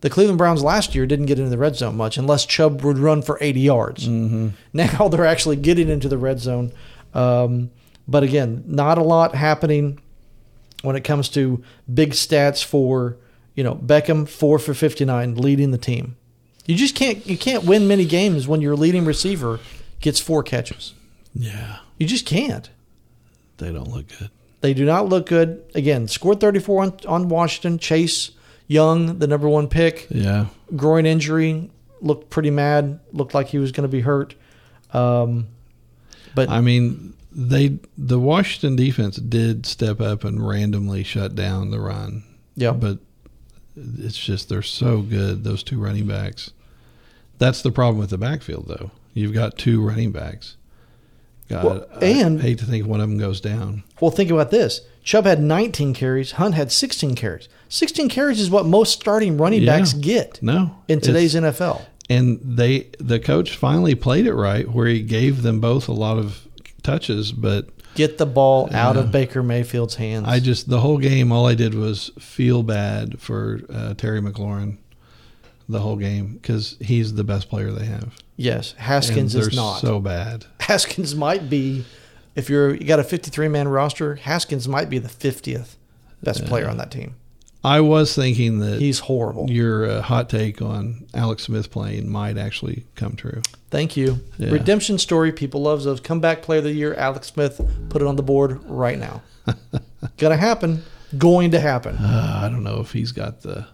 S1: The Cleveland Browns last year didn't get into the red zone much unless Chubb would run for 80 yards.
S2: Mm-hmm.
S1: Now they're actually getting into the red zone. Um, but again, not a lot happening when it comes to big stats for, you know, Beckham 4 for 59 leading the team. You just can't you can't win many games when your leading receiver gets four catches.
S2: Yeah,
S1: You just can't.
S2: they don't look good.
S1: They do not look good. Again, scored 34 on, on Washington. Chase Young, the number one pick,
S2: Yeah,
S1: groin injury, looked pretty mad. Looked like he was going to be hurt. Um, but
S2: I mean they the Washington defense did step up and randomly shut down the run,
S1: yeah,
S2: but it's just they're so good those two running backs. That's the problem with the backfield, though. You've got two running backs. God,
S1: Well,
S2: I
S1: and-
S2: hate to think one of them goes down.
S1: well, think about this. Chubb had 19 carries. Hunt had 16 carries. 16 carries is what most starting running
S2: Yeah.
S1: backs get
S2: No,
S1: in
S2: it's-
S1: today's NFL.
S2: and they the coach finally played it right where he gave them both a lot of touches but
S1: Get the ball out
S2: Yeah.
S1: of Baker Mayfield's hands.
S2: i just the whole game all i did was feel bad for uh, terry mclaurin the whole game because he's the best player they have
S1: yes,
S2: And
S1: Haskins
S2: they're
S1: is not.
S2: so bad
S1: Haskins might be, if you're you got a 53 man roster, Haskins might be the 50th best player on that team.
S2: i was thinking that
S1: He's horrible.
S2: your uh, hot take on alex smith playing might actually come true
S1: Thank you.
S2: Yeah.
S1: Redemption story. People love those. Comeback player of the year. Alex Smith. Put it on the board right now. Gonna happen. Going to happen.
S2: uh, i don't know if he's got the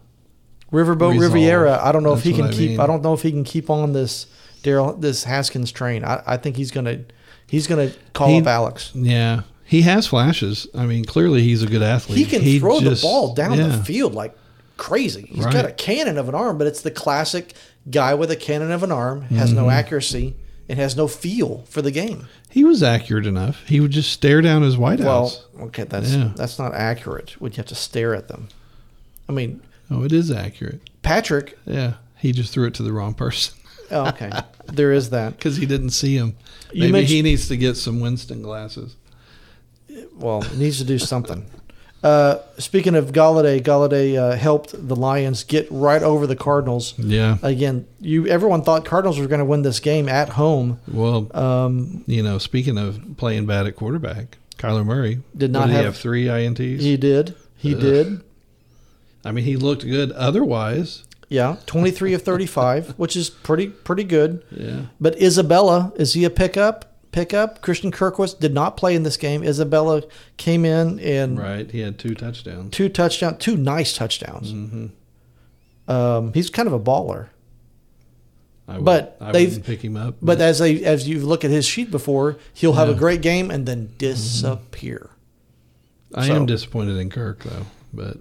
S1: Riverboat
S2: Resolve.
S1: Riviera. I don't know if he
S2: That's
S1: can
S2: what I
S1: keep.
S2: mean.
S1: I don't know if he can keep on this Daryl this Haskins train. I, I think he's gonna he's gonna call
S2: He-
S1: up Alex.
S2: yeah He has flashes. I mean, clearly he's a good athlete.
S1: He can throw
S2: just-
S1: the ball down
S2: yeah.
S1: the field like crazy. He's
S2: Right.
S1: got a cannon of an arm, but it's the classic guy with a cannon of an arm has
S2: Mm-hmm.
S1: no accuracy and has no feel for the game.
S2: He was accurate enough. He would just stare down his whiteouts.
S1: Well, okay, that's
S2: Yeah.
S1: that's not accurate. Would you have to stare at them? I mean,
S2: oh, it is accurate.
S1: Patrick.
S2: Yeah, he just threw it to the wrong person
S1: Oh, okay, there is that.
S2: because he didn't see him.
S1: You
S2: Maybe
S1: mentioned-
S2: he needs to get some Winston glasses.
S1: Well, he needs to do something. Uh, speaking of Galladay, Galladay uh, helped the Lions get right over the Cardinals.
S2: Yeah.
S1: Again, you everyone thought Cardinals were going to win this game at home.
S2: Well,
S1: Um,
S2: you know, speaking of playing bad at quarterback, Kyler Murray
S1: Did
S2: what
S1: not
S2: he
S1: have-
S2: three ints.
S1: he did. He
S2: Ugh.
S1: did.
S2: I mean, he looked good otherwise.
S1: Yeah, twenty three of thirty five, which is pretty pretty good.
S2: Yeah.
S1: But Isabella, is he a pickup? Pickup. Christian Kirkwood did not play in this game. Isabella came in and
S2: Right. He had two touchdowns.
S1: two touchdown, two nice touchdowns.
S2: Mm-hmm.
S1: Um, he's kind of a baller.
S2: I would,
S1: But
S2: I
S1: they've-
S2: wouldn't pick him up.
S1: But as they, as you look at his sheet before, he'll have a
S2: Yeah. Mm-hmm.
S1: great game and then disappear.
S2: I
S1: so-
S2: am disappointed in Kirk though. But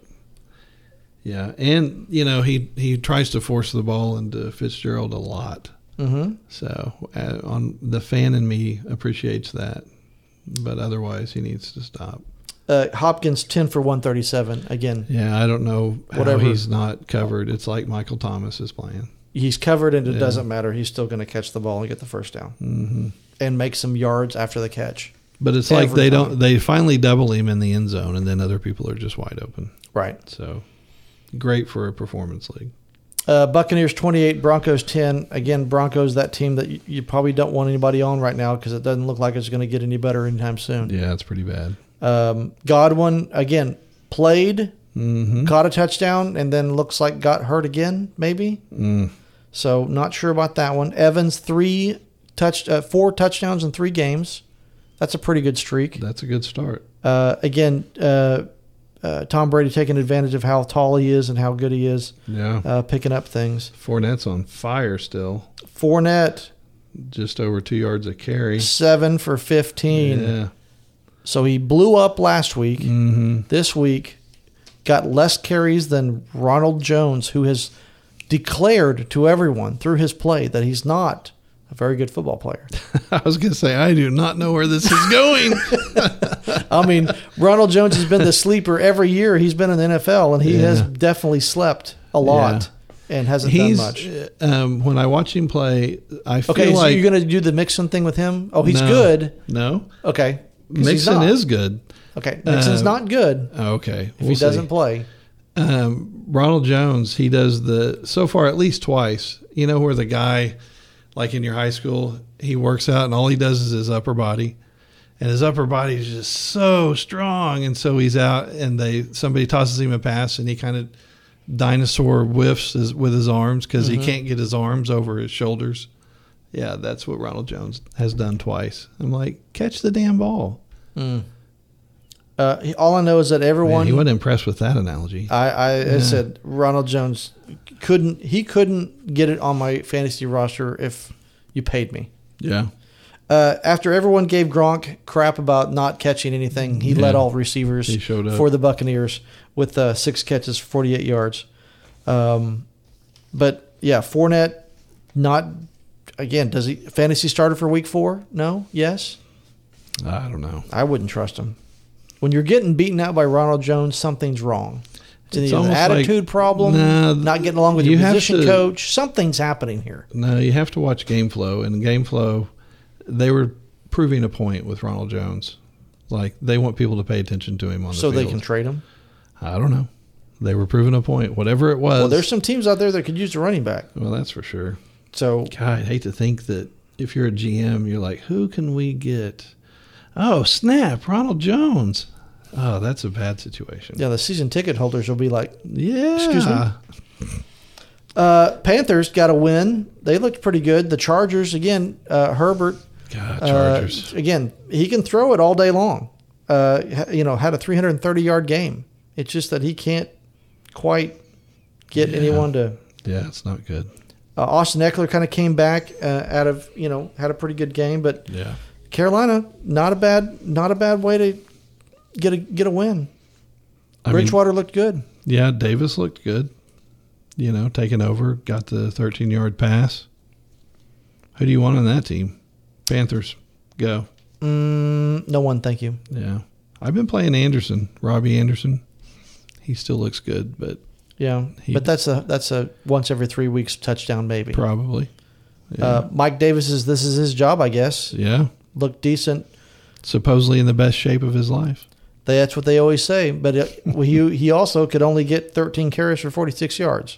S2: yeah, and you know he he tries to force the ball into Fitzgerald a lot.
S1: hmm
S2: So uh, on the fan in me appreciates that, but otherwise he needs to stop.
S1: Uh, Hopkins ten for one thirty seven. Again,
S2: Yeah, I don't know how
S1: Whatever.
S2: he's not covered. It's like Michael Thomas is playing.
S1: he's covered and it
S2: Yeah.
S1: doesn't matter. He's still going to catch the ball and get the first down
S2: hmm
S1: and make some yards after the catch.
S2: But it's like
S1: Every
S2: they
S1: time.
S2: don't. They finally double him in the end zone, and then other people are just wide open.
S1: Right.
S2: So great for a performance league.
S1: Uh, Buccaneers 28, Broncos 10. Again, Broncos, that team that you, you probably don't want anybody on right now because it doesn't look like it's going to get any better anytime soon.
S2: Yeah, it's pretty bad.
S1: Um, Godwin, again, played,
S2: Mm-hmm.
S1: caught a touchdown, and then looks like got hurt again, maybe.
S2: Mm.
S1: So, not sure about that one. Evans, three touch, uh, four touchdowns in three games. That's a pretty good streak.
S2: That's a good start.
S1: Uh, again, uh, uh, Tom Brady taking advantage of how tall he is and how good he is,
S2: Yeah.
S1: uh, picking up things.
S2: Fournette's on fire still,
S1: Fournette,
S2: just over two yards a carry.
S1: seven for 15.
S2: Yeah.
S1: So he blew up last week.
S2: Mm-hmm.
S1: This week, got less carries than Ronald Jones, who has declared to everyone through his play that he's not a very good football player.
S2: I was gonna say I do not know where this is going.
S1: I mean, Ronald Jones has been the sleeper every year he's been in the NFL, and he has
S2: Yeah.
S1: definitely slept a lot and hasn't
S2: He's
S1: done much.
S2: um, when I watch him play, I feel
S1: Okay, so
S2: like
S1: you're going to do the Mixon thing with him? Oh, he's
S2: No.
S1: good.
S2: no
S1: 'Cause he's
S2: Mixon
S1: not.
S2: is good.
S1: Okay, Mixon's
S2: Uh,
S1: not good
S2: Oh, okay,
S1: if he doesn't play.
S2: um, Ronald Jones, he does the so far at least twice. You know where the guy, like in your high school, he works out and all he does is his upper body, and his upper body is just so strong, and so he's out and they somebody tosses him a pass and he kind of dinosaur whiffs his, with his arms because he can't get his arms over his shoulders. Yeah, that's what Ronald Jones has done twice. I'm like, catch the damn ball.
S1: Uh, he- all I know is that
S2: Man,
S1: everyone
S2: he wasn't impressed with that analogy.
S1: I, I, I said Ronald Jones couldn't he couldn't get it on my fantasy roster if you paid me.
S2: Yeah.
S1: Uh, after everyone gave Gronk crap about not catching anything, he led
S2: Yeah.
S1: all receivers
S2: He showed up.
S1: for the Buccaneers with uh, six catches, for 48 yards. Um, but yeah, Fournette, not again. Does he fantasy starter for Week Four? No. Yes.
S2: I don't know.
S1: I wouldn't trust him. When you're getting beaten out by Ronald Jones, something's wrong. It's,
S2: It's
S1: either an
S2: almost like-
S1: attitude problem,
S2: Nah, th-
S1: not getting along with
S2: you
S1: your
S2: have
S1: position
S2: to-
S1: coach. Something's happening here.
S2: No, you have to watch Game Flow. And Game Flow, they were proving a point with Ronald Jones. Like they want people to pay attention to him on the
S1: So
S2: field.
S1: they can trade him.
S2: I don't know. They were proving a point, whatever it was.
S1: Well, there's some teams out there that could use a running back.
S2: Well, that's for sure.
S1: So
S2: God, I hate to think that if you're a GM, you're like, who can we get? Oh, snap! Ronald Jones. Oh, that's a bad situation.
S1: yeah, the season ticket holders will be like,
S2: Yeah.
S1: Excuse me? uh, Panthers got a win. They looked pretty good. The Chargers again. Uh, Herbert
S2: God,
S1: uh,
S2: Chargers.
S1: again. He can throw it all day long. Uh, ha- you know, had a 330 yard game. It's just that he can't quite get
S2: Yeah.
S1: anyone to
S2: yeah, it's not good.
S1: Uh, Austin Eckler kind of came back uh, out of you know had a pretty good game, but
S2: Yeah.
S1: Carolina not a bad not a bad way to get a get a win.
S2: I mean,
S1: Bridgewater looked good.
S2: yeah, Davis looked good. You know, taking over, got the 13 yard pass. Who do you want on that team? Panthers, go.
S1: Mm, no one, thank you.
S2: Yeah. I've been playing Anderson, Robbie Anderson. He still looks good, but
S1: Yeah,
S2: He-
S1: but that's a that's a once every three weeks touchdown maybe.
S2: probably. Yeah.
S1: Uh, Mike Davis is this is his job, I guess.
S2: yeah.
S1: Looked decent.
S2: Supposedly in the best shape of his life.
S1: They, that's what they always say. But it, well, he he also could only get 13 carries for 46 yards.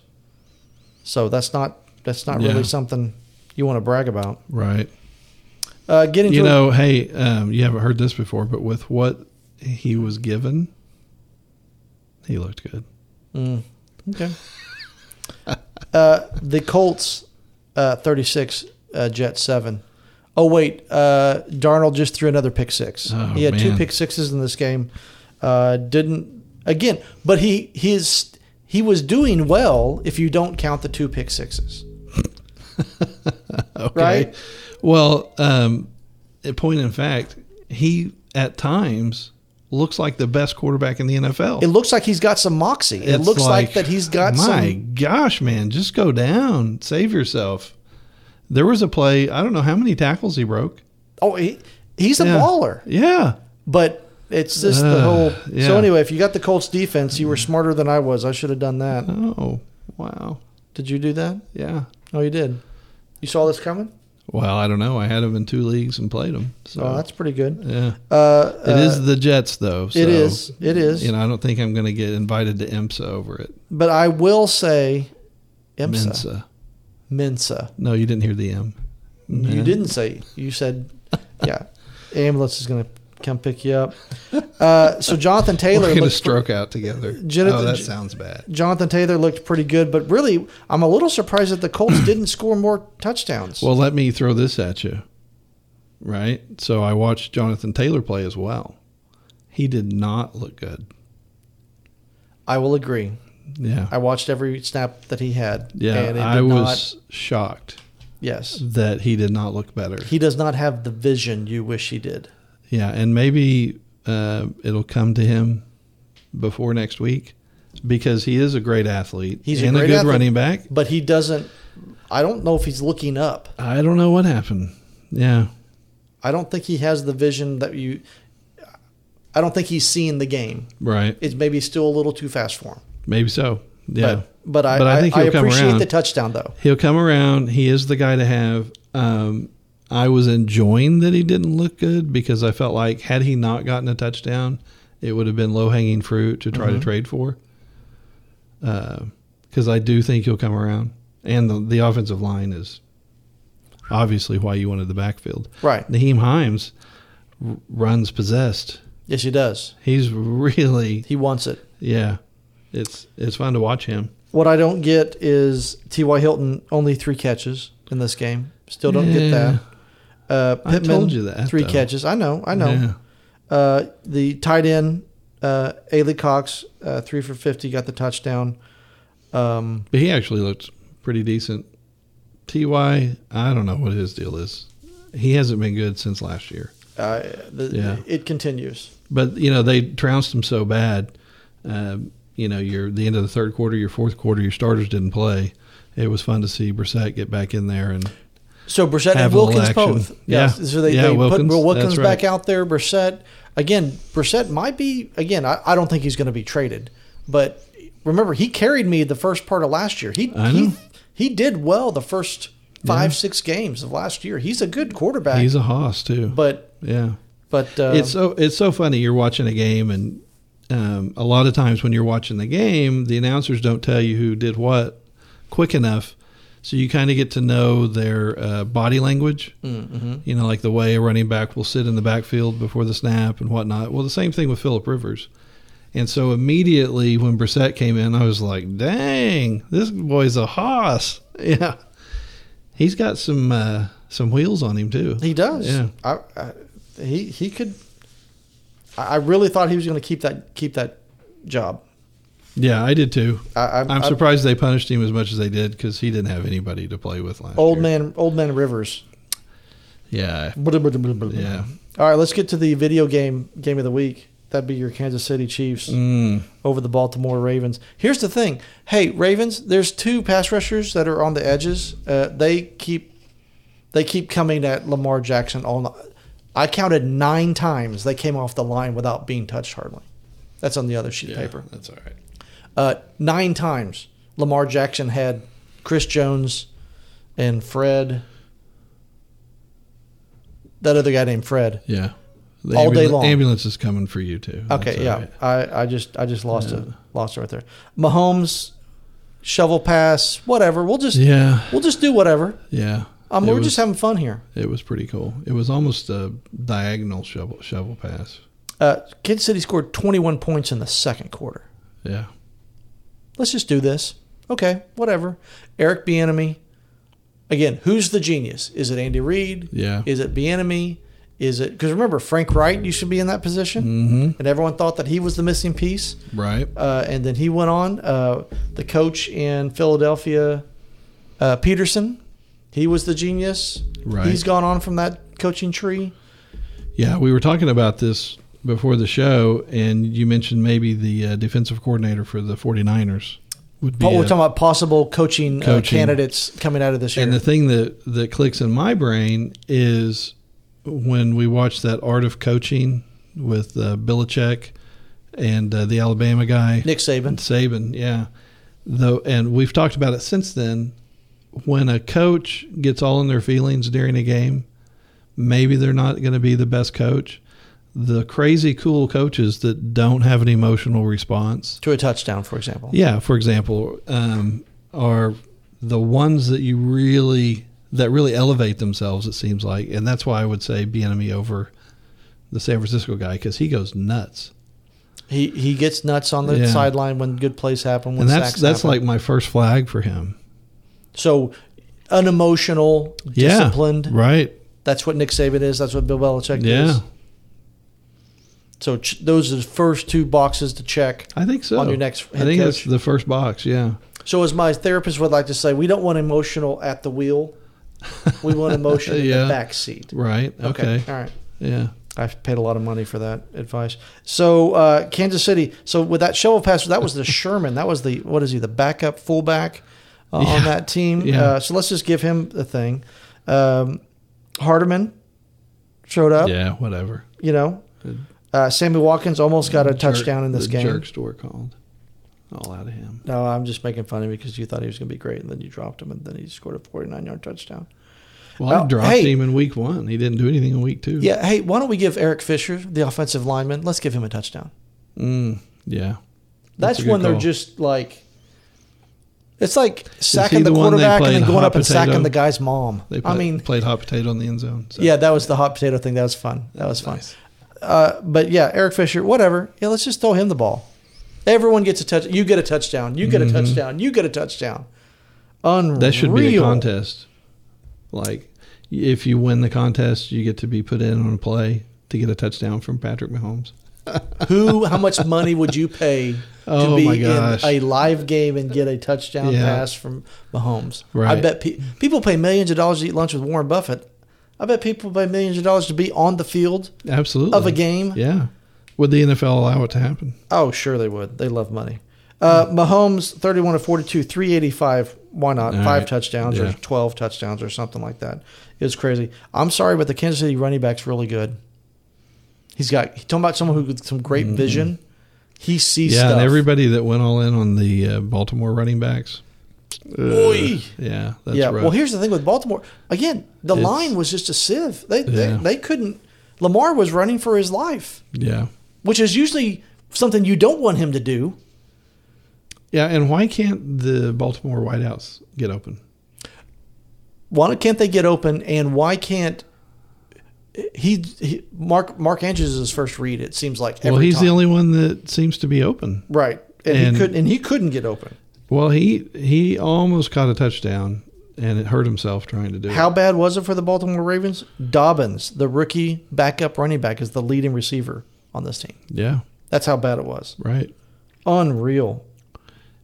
S1: So that's not that's not
S2: Yeah.
S1: really something you want to brag about.
S2: Right.
S1: Uh, getting
S2: You
S1: to
S2: know, hey, um, you haven't heard this before, but with what he was given, he looked good.
S1: Mm, okay. uh, the Colts uh, 36, uh, Jets 7. Oh, wait. Uh, Darnold just threw another pick six.
S2: Oh,
S1: he had two
S2: man.
S1: pick sixes in this game. Uh, didn't, again, but he his, he was doing well if you don't count the two pick sixes.
S2: Okay.
S1: Right?
S2: Well, um, a point in fact, he at times looks like the best quarterback in the NFL.
S1: It looks like he's got some moxie. It
S2: It's
S1: looks like, that he's got
S2: My
S1: some.
S2: gosh, man, just go down, save yourself. There was a play. I don't know how many tackles he broke.
S1: Oh, he, he's a
S2: Yeah.
S1: baller.
S2: Yeah,
S1: But it's just the
S2: Ugh,
S1: whole.
S2: yeah.
S1: So, anyway, if you got the Colts defense, you were smarter than I was. I should have done that.
S2: Oh, wow.
S1: Did you do that?
S2: Yeah.
S1: Oh, you did. You saw this coming?
S2: Well, I don't know. I had him in two leagues and played him. So
S1: oh, that's pretty good.
S2: yeah.
S1: Uh,
S2: It is the Jets though. So,
S1: It is. It is.
S2: You know, I don't think I'm going to get invited to IMSA over it.
S1: But I will say, IMSA,
S2: Mensa.
S1: Mensa.
S2: No, you didn't hear the M.
S1: You
S2: Nah.
S1: didn't say. You said, yeah, ambulance is going to come pick you up. Uh, so Jonathan
S2: We're
S1: Taylor.
S2: going to
S1: looked
S2: stroke out together.
S1: Jonathan-
S2: oh, that sounds bad.
S1: pre- Jonathan Taylor looked pretty good, but really, I'm a little surprised that the Colts didn't score more touchdowns.
S2: Well, let me throw this at you. Right? So I watched Jonathan Taylor play as well. He did not look good.
S1: I will agree.
S2: Yeah.
S1: I watched every snap that he had.
S2: Yeah.
S1: and it
S2: I
S1: did
S2: was shocked
S1: Not, yes,
S2: that he did not look better.
S1: he does not have the vision you wish he did.
S2: Yeah, and maybe uh, it'll come to him before next week because he is a great athlete.
S1: He's a
S2: and a,
S1: great
S2: good
S1: athlete.
S2: running back.
S1: but he doesn't. I don't know if he's looking up.
S2: I don't know what happened. Yeah,
S1: I don't think he has the vision that you. I don't think he's seeing the game.
S2: right.
S1: It's maybe still a little too fast for him.
S2: Maybe so. Yeah,
S1: But, but I,
S2: But I
S1: I,
S2: think
S1: I
S2: he'll come
S1: appreciate
S2: around.
S1: the touchdown though.
S2: he'll come around. He is the guy to have. Um, I was enjoying that he didn't look good because I felt like had he not gotten a touchdown, it would have been low hanging fruit to try to
S1: Mhm.
S2: trade for. Because I do think he'll come around, and the, the offensive line is obviously why you wanted the backfield.
S1: Right.
S2: Naheem Himes r- runs possessed.
S1: Yes, he does.
S2: He's really
S1: He wants it.
S2: yeah. It's it's fun to watch him.
S1: What I don't get is T.Y. Hilton only three catches in this game. Still don't get that. Uh,
S2: I
S1: Pittman
S2: told you that,
S1: three
S2: though.
S1: catches. I know. I know.
S2: Yeah.
S1: Uh, the tight end uh, Ailey Cox uh, three for fifty got the touchdown. Um,
S2: But he actually looked pretty decent. Ty, I don't know what his deal is. He hasn't been good since last year.
S1: uh, the,
S2: Yeah.
S1: it continues.
S2: But you know they trounced him so bad. Um, you know, your the end of the third quarter, your fourth quarter, your starters didn't play. It was fun to see Brissett get back in there, and
S1: So Brissett and
S2: Have a little
S1: Wilkins
S2: action.
S1: both.
S2: Yeah.
S1: Yes. So they,
S2: Yeah,
S1: they put
S2: Wilkins.
S1: Will Wilkins
S2: That's right.
S1: back out there. Brissett again. Brissett might be again. I, I don't think he's going to be traded, but remember he carried me the first part of last year. He
S2: I
S1: he
S2: know.
S1: he did well the first five
S2: Yeah.
S1: six games of last year. He's a good quarterback,
S2: he's a hoss too.
S1: but
S2: yeah,
S1: but uh,
S2: it's so it's so funny. You're watching a game, and um, a lot of times when you're watching the game, the announcers don't tell you who did what quick enough, so you kind of get to know their uh, body language.
S1: mm-hmm.
S2: You know, like the way a running back will sit in the backfield before the snap and whatnot. Well, the same thing with Philip Rivers. And so immediately when Brissett came in, I was like, "Dang, this boy's a hoss." Yeah, he's got some uh, some wheels on him too.
S1: he does.
S2: Yeah.
S1: I, I, he he could. I I really thought he was going to keep that keep that job.
S2: Yeah, I did too.
S1: I, I,
S2: I'm
S1: I-
S2: surprised they punished him as much as they did because he didn't have anybody to play with last
S1: Old
S2: year.
S1: man, old man Rivers.
S2: Yeah,
S1: Yeah.
S2: yeah.
S1: All right, let's get to the video game game of the week. That'd be your Kansas City Chiefs
S2: Mm.
S1: over the Baltimore Ravens. Here's the thing. Hey, Ravens, there's two pass rushers that are on the edges. Uh, they keep they keep coming at Lamar Jackson all night. I counted nine times they came off the line without being touched hardly. That's on the other sheet of
S2: Yeah,
S1: paper.
S2: That's all right.
S1: Uh, nine times Lamar Jackson had Chris Jones and Fred. That other guy named Fred.
S2: Yeah. The
S1: All day
S2: ambul-
S1: long.
S2: Ambulance is coming for you too. That's
S1: Okay,
S2: all
S1: yeah,
S2: right.
S1: I, I just I just lost it, lost it right there. Mahomes, shovel pass, whatever. We'll just
S2: Yeah.
S1: we'll just do whatever.
S2: Yeah.
S1: Um,
S2: It
S1: we're
S2: was-
S1: just having fun here.
S2: It was pretty cool. It was almost a diagonal shovel shovel pass.
S1: Uh, Kid City scored 21 points in the second quarter.
S2: Yeah.
S1: Let's just do this. Okay, whatever. Eric Bieniemy. Again, who's the genius? Is it Andy Reid?
S2: Yeah.
S1: Is it Bieniemy? Is it because remember Frank Wright used to be in that position,
S2: Mm-hmm.
S1: and everyone thought that he was the missing piece.
S2: Right.
S1: uh, and then he went on. Uh, the coach in Philadelphia, uh, Peterson, he was the genius.
S2: Right.
S1: He's gone on from that coaching tree.
S2: Yeah, we were talking about this before the show, and you mentioned maybe the uh, defensive coordinator for the 49ers would be.
S1: But
S2: a-
S1: Oh, we're talking about possible coaching, Uh,
S2: Coaching.
S1: candidates coming out of this year.
S2: and the thing that, that clicks in my brain is when we watched that Art of Coaching with uh, Belichick and uh, the Alabama guy.
S1: Nick Saban.
S2: Saban, yeah. Though, and we've talked about it since then. When a coach gets all in their feelings during a game, maybe they're not going to be the best coach. The crazy cool coaches that don't have an emotional response,
S1: To a touchdown, for example.
S2: yeah, for example, um, are the ones that you really that really elevate themselves. It seems like, and that's why I would say enemy over the San Francisco guy because he goes nuts.
S1: He he gets nuts on the
S2: Yeah.
S1: sideline when good plays happen. When
S2: and that's
S1: sacks
S2: that's
S1: happen.
S2: like my first flag for him.
S1: so unemotional,
S2: Yeah.
S1: disciplined.
S2: Right.
S1: That's what Nick Saban is. That's what Bill Belichick
S2: Yeah.
S1: is. So ch- those are the first two boxes to check.
S2: I think so.
S1: on your next
S2: I
S1: head
S2: think that's
S1: coach.
S2: the first box. Yeah.
S1: So, as my therapist would like to say, we don't want emotional at the wheel. We want emotion in
S2: Yeah.
S1: the back seat.
S2: Right. Okay.
S1: All right.
S2: Yeah.
S1: I've paid a lot of money for that advice. So, uh, Kansas City. So, with that shovel pass, that was the Sherman. That was the, what is he, the backup fullback uh, on
S2: Yeah.
S1: that team.
S2: Yeah.
S1: Uh, so, let's just give him the thing. Um, Hardeman showed up,
S2: Yeah. Whatever.
S1: you know.
S2: Good.
S1: Uh, Sammy Watkins almost got a
S2: Jerk-
S1: touchdown in this
S2: the
S1: game.
S2: Jerk store called. All out of him.
S1: No, I'm just making fun of you because you thought he was going to be great, and then you dropped him, and then he scored a 49 yard touchdown.
S2: Well, I
S1: Oh,
S2: dropped
S1: hey.
S2: him in week one. He didn't do anything in week two.
S1: Yeah, hey, why don't we give Eric Fisher, the offensive lineman, let's give him a touchdown.
S2: Mm, yeah.
S1: That's,
S2: a good
S1: when they're
S2: call.
S1: just like, it's like sacking the,
S2: the one they
S1: quarterback and
S2: played
S1: then going
S2: hot
S1: up and sacking
S2: potato?
S1: the guy's mom.
S2: They play,
S1: I mean,
S2: played hot potato in the end zone. So.
S1: yeah, that was the hot potato thing. That was fun. That was fun.
S2: Nice.
S1: Uh, but yeah, Eric Fisher, whatever. Yeah, let's just throw him the ball. Everyone gets a touch. You get a touchdown. You get a touchdown. You get a touchdown. Unreal.
S2: Mm-hmm. That should be a contest. Like, if you win the contest, you get to be put in on a play to get a touchdown from Patrick Mahomes.
S1: Who? How much money would you pay to
S2: Oh,
S1: be
S2: my
S1: in
S2: gosh.
S1: a live game and get a touchdown
S2: Yeah.
S1: pass from Mahomes? I
S2: Right.
S1: bet pe- people pay millions of dollars to eat lunch with Warren Buffett. I bet people pay millions of dollars to be on the field
S2: Absolutely.
S1: of a game.
S2: Yeah. Would the NFL allow it to happen?
S1: Oh, sure they would. They love money. Uh, Mahomes, thirty-one to forty-two, three eighty-five. Why not?
S2: All
S1: Five
S2: right.
S1: touchdowns or
S2: Yeah.
S1: twelve touchdowns or something like that. It was crazy. I'm sorry, but the Kansas City running back's really good. He's got he's talking about someone who with some great vision. He sees
S2: Mm-hmm. yeah,
S1: stuff.
S2: and everybody that went all in on the uh, Baltimore running backs. Uh,
S1: Oy.
S2: Yeah, that's
S1: yeah.
S2: rough.
S1: Well, here's the thing with Baltimore. Again, the
S2: It's-
S1: line was just a sieve. They, they
S2: Yeah.
S1: they couldn't. Lamar was running for his life,
S2: yeah,
S1: which is usually something you don't want him to do.
S2: yeah. And why can't the Baltimore whiteouts get open?
S1: Why can't they get open? And why can't he? he Mark Mark Andrews is his first read. It seems like every
S2: well, he's
S1: time.
S2: the only one that seems to be open.
S1: right, and,
S2: and-
S1: he couldn't and he couldn't get open.
S2: Well, he he almost caught a touchdown, and it hurt himself trying to do
S1: How
S2: it.
S1: bad was it for the Baltimore Ravens? Dobbins, the rookie backup running back, is the leading receiver on this team.
S2: Yeah,
S1: That's how bad it was.
S2: right,
S1: Unreal.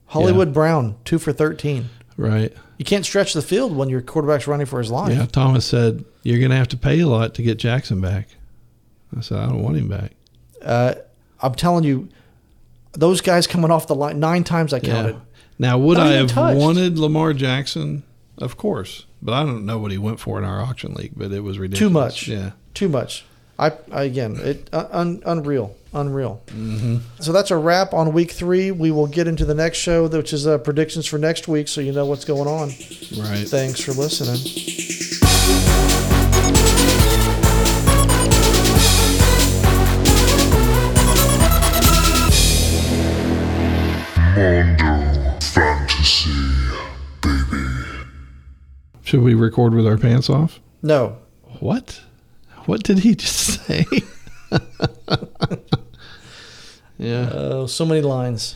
S1: Hollywood Brown, two for 13.
S2: right.
S1: You can't stretch the field when your quarterback's running for his life.
S2: Yeah, Thomas said you're going to have to pay a lot to get Jackson back. I said I don't want him back.
S1: Uh, I'm telling you, those guys coming off the line nine times I counted.
S2: Now, would
S1: Not
S2: I
S1: even
S2: have
S1: touched.
S2: wanted Lamar Jackson? Of course, but I don't know what he went for in our auction league. But it was ridiculous.
S1: much.
S2: Yeah.
S1: Too much. I, I again, it uh, un, unreal, unreal. So that's a wrap on week three. We will get into the next show, which is uh, predictions for next week, so you know what's going on.
S2: Right.
S1: Thanks for listening.
S3: Mondo Fantasy, baby.
S2: Should we record with our pants off?
S1: No,
S2: What? What did he just say? yeah.
S1: uh, so many lines.